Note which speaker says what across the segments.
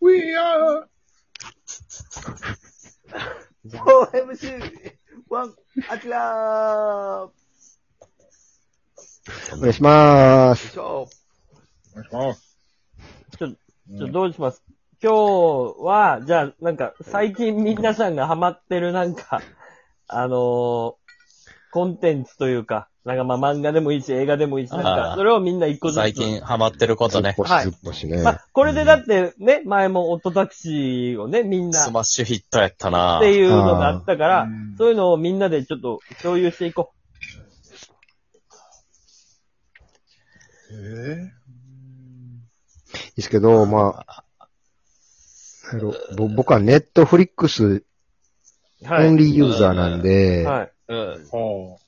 Speaker 1: We are!
Speaker 2: ー OMC! ワン、アキラーよ
Speaker 3: お願いしまー
Speaker 2: い
Speaker 3: す。
Speaker 2: しょ
Speaker 1: お願いします。
Speaker 4: ちょ、ち
Speaker 1: うん
Speaker 4: ょ、どうします今日は、じゃあ、なんか、最近皆さんがハマってるなん か、あのーコンテンツというか、なんかまあ漫画でもいいし、映画でもいいし、なん
Speaker 5: あ
Speaker 4: か、
Speaker 5: ー
Speaker 4: それをみんな一個ずつ。
Speaker 5: 最近ハマってることね
Speaker 3: ずっ。こし
Speaker 4: はい
Speaker 3: ずっこしね。
Speaker 4: まあ、これでだってね、前もオットタクシーをね、みんな、
Speaker 5: ス
Speaker 4: っ
Speaker 5: マッシュヒットやったな
Speaker 4: ていうのがあったか
Speaker 1: あ
Speaker 4: ら
Speaker 1: ーうん、
Speaker 4: そういうのをみんなでちょっと共有していこ
Speaker 1: えー、
Speaker 3: ですけど、まあ、あのぼ僕はネットフリックス
Speaker 4: う。は
Speaker 3: オ
Speaker 4: い。
Speaker 3: ンリーユーザーなんで、
Speaker 4: はい。
Speaker 5: うん。
Speaker 1: は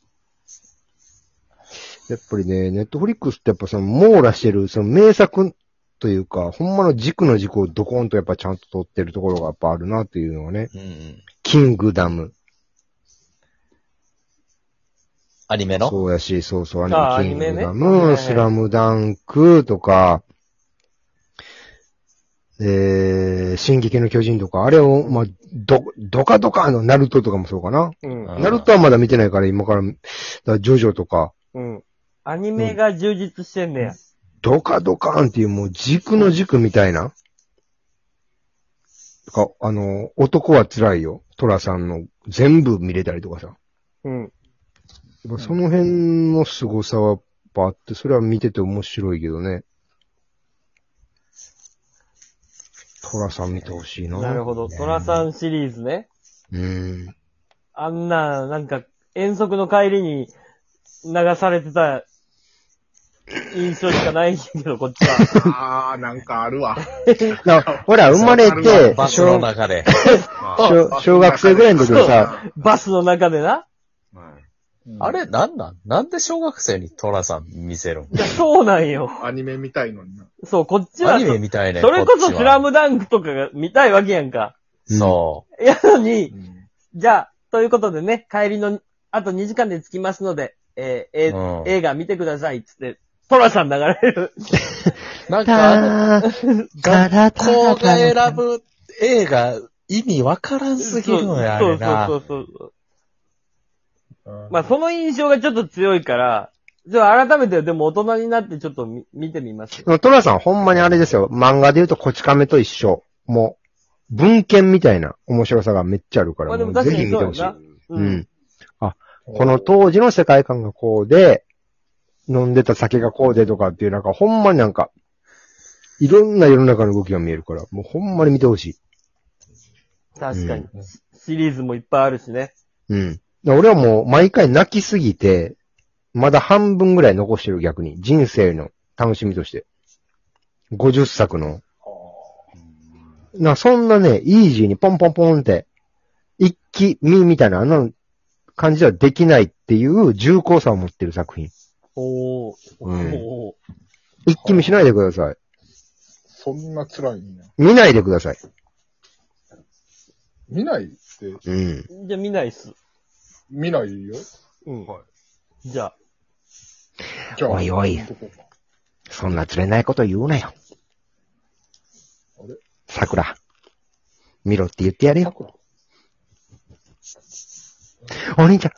Speaker 3: やっぱりね、ネットフリックスってやっぱその網羅してる、その名作というか、ほんまの軸の軸をドコンとやっぱちゃんと取ってるところがやっぱあるなっていうのはね、
Speaker 5: うん。
Speaker 3: キングダム。
Speaker 5: アニメの
Speaker 3: そうやし、そうそう、
Speaker 4: あ
Speaker 3: アニメ、キングダ
Speaker 4: アニメね
Speaker 3: ム、スラムダンクとか、えー、進撃の巨人とか、あれを、まあ、ど、どかどかのナルトとかもそうかな。
Speaker 4: うん。
Speaker 5: あー
Speaker 3: ナルトはまだ見てないから、今から、だからジョジョとか、
Speaker 4: うん。アニメが充実してんねや。
Speaker 3: ドカドカーンっていうもう軸の軸みたいな。とか、あの、男は辛いよ。トラさんの全部見れたりとかさ。や
Speaker 4: うん。
Speaker 3: っぱその辺の凄さはやっぱあって、それは見てて面白いけどね。トラさん見てほしいな。
Speaker 4: なるほど。トラさんシリーズね。
Speaker 3: うん。
Speaker 4: あんな、なんか、遠足の帰りに流されてた印象しかないんだけど、こっち は。
Speaker 1: あー、なんかあるわ。
Speaker 3: だから、ほら、生まれて、
Speaker 5: バスの
Speaker 3: 小
Speaker 5: 中で。
Speaker 3: 小小学生ぐらいの時にさ、
Speaker 4: バスの中でな。
Speaker 1: うん
Speaker 5: あれ、なんなんなんで小学生にトラさん見せるん
Speaker 4: いや、そうなんよ。
Speaker 1: アニメみたいのにな。
Speaker 4: そう、こっち
Speaker 5: ア
Speaker 4: は
Speaker 5: ニ
Speaker 4: そ、
Speaker 5: メみたいね。
Speaker 4: それこそ
Speaker 5: っちは
Speaker 4: スラムダンクとかが見たいわけやんか。
Speaker 5: そ
Speaker 4: やのに
Speaker 1: う、ん
Speaker 4: じゃあ、ということでね、帰りの、あと2時間で着きますので、えーえー
Speaker 5: うん
Speaker 4: 映画見てください、つって、トラさん流れる。
Speaker 5: う。なんか、学校が選ぶ映画、意味わからんすぎるのや、あれ
Speaker 4: そ
Speaker 5: な。
Speaker 4: うそうそうそう。まあ、その印象がちょっと強いから、ちょっと改めて、でも大人になってちょっと見見てみます。
Speaker 3: トラさんほんまにあれですよ。漫画で言うとこち亀と一緒。もう、文献みたいな面白さがめっちゃあるか
Speaker 4: ま
Speaker 3: ら、
Speaker 4: あで
Speaker 3: も
Speaker 4: も
Speaker 3: う
Speaker 4: 確
Speaker 3: ぜ
Speaker 4: か
Speaker 3: ひ
Speaker 4: に
Speaker 3: 見て
Speaker 4: そう
Speaker 3: ほしい
Speaker 4: やな。。
Speaker 3: う。ん。あ、この当時の世界観がこうで、飲んでた酒がこうでとかっていう、なんかほんまになんか、いろんな世の中の動きが見えるから、もうほんまに見てほしい。
Speaker 4: 確かに
Speaker 5: うん。
Speaker 4: シシリーズもいっぱいあるしね。
Speaker 3: うん。俺はもう毎回泣きすぎて、まだ半分ぐらい残してる逆に。人生の楽しみとして。50作の。な、そんなね、イージーにポンポンポンって、一気見みたいな、あんな感じではできないっていう重厚さを持ってる作品。
Speaker 4: おー。
Speaker 3: うん
Speaker 4: おー
Speaker 3: 一気見しないでください。
Speaker 1: そんな辛いんや。
Speaker 3: 見ないでください。
Speaker 1: 見ないって、
Speaker 3: うん。
Speaker 4: じゃあ見ないっす。
Speaker 1: 見ないよ。
Speaker 4: うん
Speaker 1: はい。
Speaker 4: じゃあ。
Speaker 1: じゃあ、
Speaker 3: おいおい
Speaker 1: 見とこうか
Speaker 3: そんな釣れないこと言うなよ
Speaker 1: あれ。
Speaker 3: 桜。見ろって言ってやれよ。お兄ちゃん。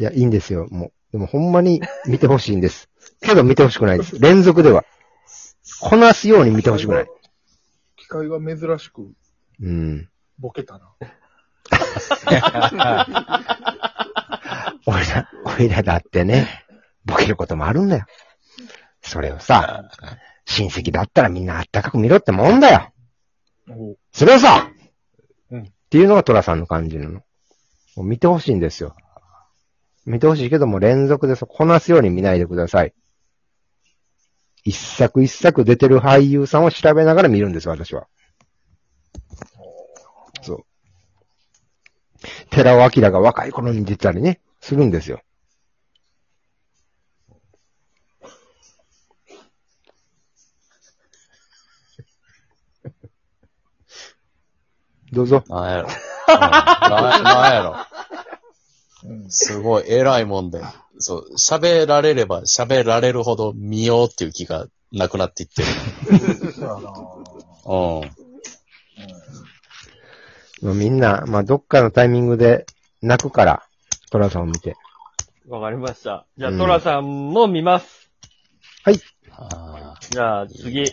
Speaker 3: いや、いいんですよ、もう。でもほんまに見てほしいんです。 けど見てほしくないです。連続では。こなすように見てほしくない。
Speaker 1: 機械が珍しく
Speaker 3: うん。
Speaker 1: ボケたな。
Speaker 3: 俺ら、俺らだってね、ボケることもあるんだよ。それをさ、親戚だったらみんなあったかく見ろってもんだよ。
Speaker 1: お
Speaker 3: それをさ、
Speaker 1: うん
Speaker 3: っていうのがトラさんの感じなの。もう見てほしいんですよ。見てほしいけども連続でそうこなすように見ないでください。一作一作出てる俳優さんを調べながら見るんです、私は。そう。寺尾明が若い頃に出てたりね、するんですよ。どうぞ。
Speaker 5: なんやろ。うんななんやろ。
Speaker 1: うん。
Speaker 5: すごい、偉いもんで。そう、喋られれば喋られるほど見ようっていう気がなくなっていってる。
Speaker 1: そうやな
Speaker 5: うん。
Speaker 3: まあみんな、まあ、どっかのタイミングで泣くから、トラさんを見て。
Speaker 4: わかりました。じゃあ、
Speaker 3: うん
Speaker 4: トラさんも見ます。
Speaker 5: ああ
Speaker 4: じゃあ、次。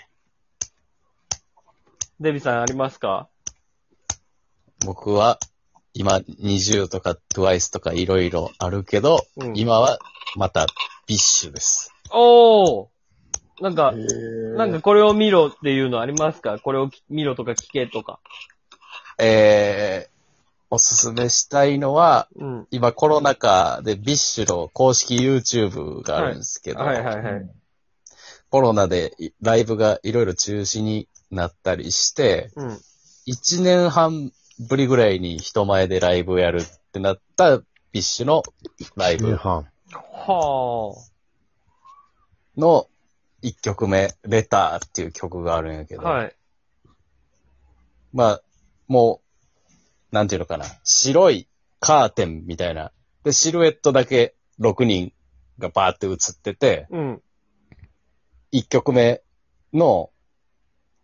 Speaker 4: デビさんありますか
Speaker 5: 僕は、今、20とか TWICE とかいろいろあるけど、
Speaker 4: うん
Speaker 5: 今は、また、ビッシュです。
Speaker 4: おーなんか
Speaker 1: へ、ー
Speaker 4: なんかこれを見ろっていうのありますかこれをき見ろとか聞けとか。
Speaker 5: えー、おすすめしたいのは、
Speaker 4: うん。
Speaker 5: 今コロナ禍でビッシュの公式 YouTube があるんですけど、
Speaker 4: はいはいはい。
Speaker 1: うん
Speaker 5: コロナでいライブがいろいろ中止になったりして、
Speaker 4: うん。
Speaker 5: 1年半ぶりぐらいに人前でライブをやるってなったビッシュのライブ
Speaker 3: は
Speaker 4: は
Speaker 5: の1曲目、レターっていう曲があるんやけ
Speaker 4: あ。
Speaker 5: ど、
Speaker 4: はい。
Speaker 5: まあ、もう、なんていうのかな、白いカーテンみたいな、で、シルエットだけ6人がバーって映ってて、
Speaker 4: うん。
Speaker 5: 1曲目の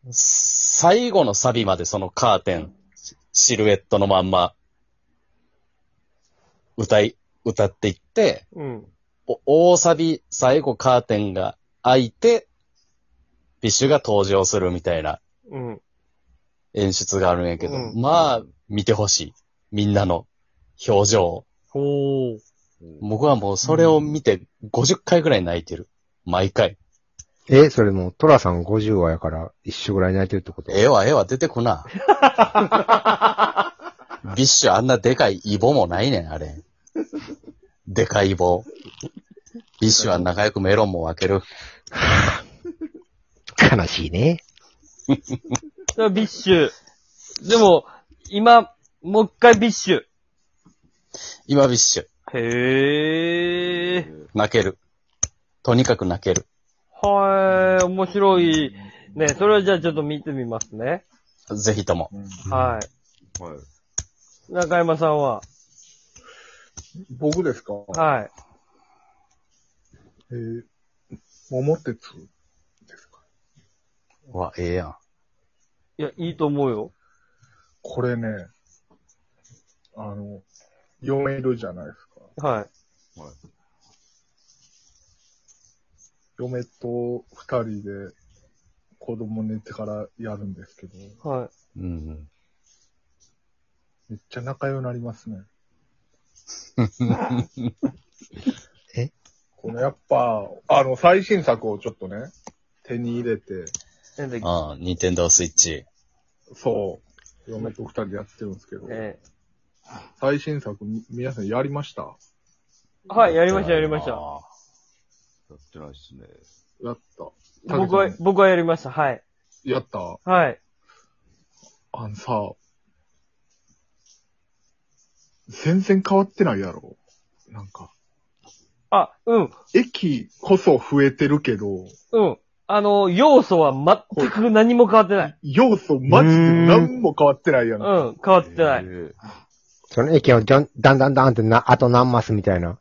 Speaker 5: 最後のサビまでそのカーテン、シシルエットのまんま歌い、歌っていって、
Speaker 4: うん。
Speaker 5: お大サビ、最後カーテンが開いて、ビッシュが登場するみたいな
Speaker 4: うん。
Speaker 5: 演出があるんやけど、
Speaker 4: うん
Speaker 5: まあ、見てほしい。みんなの表情。
Speaker 4: ほー。
Speaker 5: 僕はもうそれを見て50回ぐらい泣いてる。毎回。
Speaker 3: え、それもうトラさん50話やから一緒ぐらい泣いてるってこと
Speaker 5: ええわ、ええわ、出てこ な。ビッシュあんなでかいイボもないねん、あれ。でかいイボ。ビッシュは仲良くメロンも分ける。
Speaker 3: 悲しいね。
Speaker 4: それはビッシュ。でも、今、もう一回ビッシュ。
Speaker 5: 今ビッシュ。
Speaker 4: へえ。
Speaker 5: 泣ける。とにかく泣ける。
Speaker 4: はい、面白い。ね、それはじゃあちょっと見てみますね。
Speaker 5: ぜひとも。
Speaker 1: うん
Speaker 4: はい。
Speaker 2: はい。
Speaker 4: 中山さんは、
Speaker 1: 僕ですか
Speaker 4: は
Speaker 1: えー、桃鉄ですか
Speaker 5: うわ、ええやん。
Speaker 4: い。いや、いいと思うよ。
Speaker 1: これね、あの、嫁いるじゃないですか。
Speaker 4: は
Speaker 1: 嫁と二人で子供寝てからやるんですけど、
Speaker 4: い。はい。
Speaker 5: うん。
Speaker 1: めっちゃ仲良くなりま すね。
Speaker 3: え
Speaker 1: このやっぱ、あの、最新作をちょっとね、手に入れて、
Speaker 4: なんだっけ
Speaker 5: ああ、ニンテンドースイッチ。
Speaker 1: そう、嫁と二人でやってるんですけど、
Speaker 4: え
Speaker 1: 最新作、み皆さんやりました
Speaker 4: えはい、やりました、やりました。
Speaker 5: あ
Speaker 2: やってないっすね。
Speaker 1: やった。
Speaker 4: 僕は
Speaker 1: タケち、
Speaker 4: 僕はやりました。はい。
Speaker 1: ゃんやった。
Speaker 4: はい。
Speaker 1: あのさ、全然変わってないやろ。なんか、
Speaker 4: あ、うん、
Speaker 1: 駅こそ増えてるけど、
Speaker 4: うん。あの、要素は全く何も変わってない。
Speaker 1: 要素マジで何も変わってないや。
Speaker 4: うんん、変わってない。
Speaker 3: その駅をじゃんだんだんだんってな、あと何マスみたいな。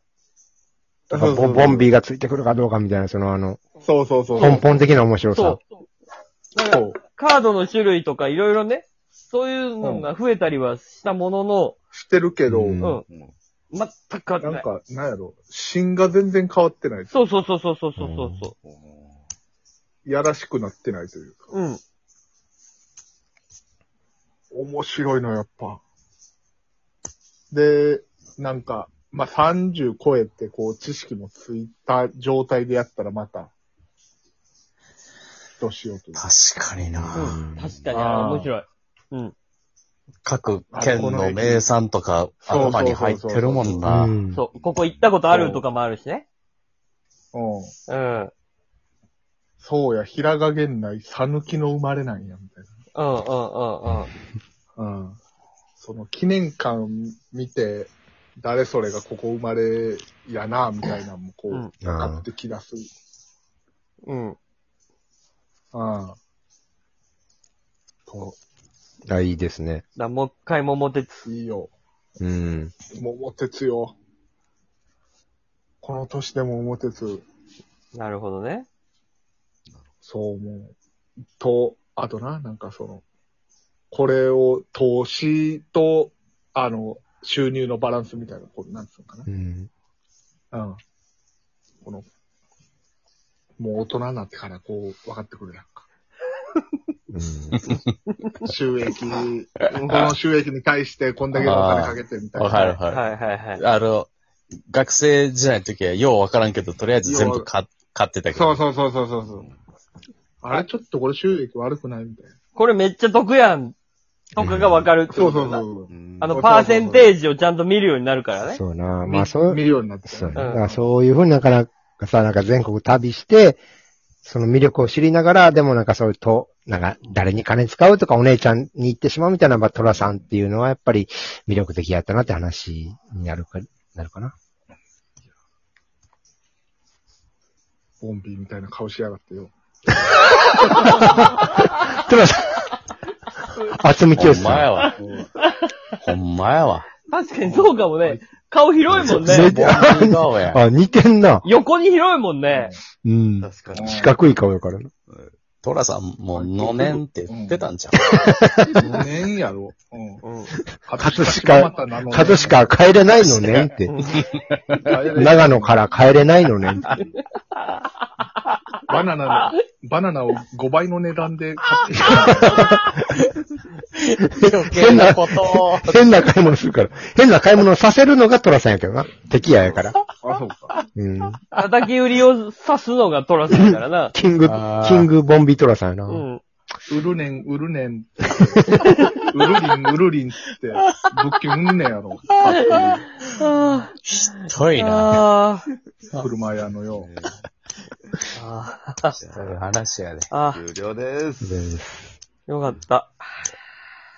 Speaker 3: と
Speaker 1: そう
Speaker 3: か
Speaker 1: そうそ
Speaker 3: ボ
Speaker 1: う
Speaker 3: ボンビーがついてくるかどうかみたいな、そのあの、
Speaker 1: そうそうそう。
Speaker 3: 根本的な面白さ
Speaker 4: そ。う。だか
Speaker 1: そ
Speaker 4: ら、
Speaker 1: う。
Speaker 4: カードの種類とかいろいろね、そういうのが増えたりはしたものの、
Speaker 1: してるけど、
Speaker 3: うん
Speaker 4: うん。全く変わって
Speaker 1: な
Speaker 4: なんい。
Speaker 1: か、なんやろ。芯が全然変わってない。
Speaker 4: そうそうそうそうそうそうそ
Speaker 1: やらしくなってないというか。
Speaker 4: う。うん。
Speaker 1: 面白いの、やっぱ。で、なんか、まあ、30超えて、こう、知識もついた状態でやったらまた、どうしようという。
Speaker 5: 確かにな。
Speaker 4: うん。確かに、
Speaker 1: あー
Speaker 4: あれ面白い。
Speaker 5: 各県の名産とか頭に入ってるもん
Speaker 3: う
Speaker 5: な。
Speaker 3: ん。
Speaker 4: そう。ここ行ったことあるとかもあるしね。
Speaker 1: うん。
Speaker 4: うん。うん
Speaker 1: そうや、平賀源内、さぬきの生まれなんや、みたい
Speaker 4: うんうんうん。
Speaker 1: な。うん。その、記念館見て、誰それがここ生まれやな、みたいなのも、こう、
Speaker 4: うん
Speaker 1: 分かってきだす。
Speaker 4: うん。
Speaker 1: うん。と、
Speaker 3: あいいですね。
Speaker 4: だもう一回桃鉄。
Speaker 1: いいよ。
Speaker 3: うん。
Speaker 1: 桃鉄よ。この年でも桃鉄。
Speaker 4: なるほどね。
Speaker 1: そう思う。と、あとな、なんかその、これを投資と、あの、収入のバランスみたいな、こう、なんつうのか
Speaker 3: うん。
Speaker 1: な。うん。この、もう大人になってからこう、分かってくるやんか。
Speaker 3: うん。
Speaker 1: 収 益、この収益に対してこんだけお金かけてみたいな。
Speaker 5: わかるわ
Speaker 4: はい
Speaker 5: か
Speaker 4: はいはい
Speaker 5: る。。あの、学生時代の時はようわからんけど、とりあえず全部買買ってたけ
Speaker 1: そ
Speaker 5: ど。
Speaker 1: うそうそうそうそうそう。あれちょっとこれ収益悪くないみたいな。
Speaker 4: これめっちゃ得やん。とかがわかるって
Speaker 1: そ
Speaker 4: こ
Speaker 1: うそ
Speaker 4: と
Speaker 1: う
Speaker 4: だな
Speaker 1: そう。
Speaker 5: うん
Speaker 4: あの、パーセンテージをちゃんと見るようになるからね。
Speaker 3: そうな。
Speaker 1: ま
Speaker 3: ま
Speaker 1: あ
Speaker 3: あ、そう、
Speaker 1: 見るようになって
Speaker 3: そ
Speaker 1: た
Speaker 3: う
Speaker 1: ね。
Speaker 3: な、だからそういうふうになかなかさ、なんか全国旅して、その魅力を知りながら、でもなんかそういうと、なんか誰に金使うとかお姉ちゃんに行ってしまうみたいな、まあ、トラさんっていうのはやっぱり魅力的やったなって話になるか、なるかな。
Speaker 1: ボンビーみたいな顔しやがってよ。
Speaker 3: トラさん厚み
Speaker 5: ほ
Speaker 3: 清
Speaker 5: んま
Speaker 3: さ
Speaker 5: や
Speaker 3: ん。
Speaker 5: わ。ほんまやわ。
Speaker 4: 確かにそうかもね。顔広いもんね
Speaker 3: 全。
Speaker 5: ボ
Speaker 3: 然
Speaker 5: ンビー顔や。
Speaker 3: あ、似てんな。
Speaker 4: 横に広いもんね。
Speaker 3: うん。
Speaker 2: 確かに。
Speaker 3: 四角い顔やからな。
Speaker 5: トラさん、もう、のねんって言ってたんじゃん。
Speaker 1: 5年やろ。うん。
Speaker 4: うん。
Speaker 1: 葛
Speaker 3: 飾
Speaker 1: 飾
Speaker 3: 角しか帰れないのねんって。長野から帰れないのねん って。
Speaker 1: バナナの、バナナを5倍の値段で買ってき
Speaker 5: 余計なことを。
Speaker 3: 変な買い物するから。変な買い物させるのがトラさんやけどな。敵やや から。
Speaker 1: た。あ、そうか。
Speaker 3: うん。
Speaker 4: 叩き売りを刺すのがトラさんだからな。
Speaker 3: キング
Speaker 5: あー、
Speaker 3: キングボンビトラさんやな。
Speaker 4: うん。
Speaker 1: 売るねん、売るねんって。売るりん、売るりんっつって、物件売んねんやろ。買って
Speaker 4: あ
Speaker 5: 太いな。
Speaker 4: あ
Speaker 1: る車屋のよ。
Speaker 4: ー。あ
Speaker 5: そういう話やで。
Speaker 4: あ。
Speaker 2: 終了です。
Speaker 3: で
Speaker 4: よかった。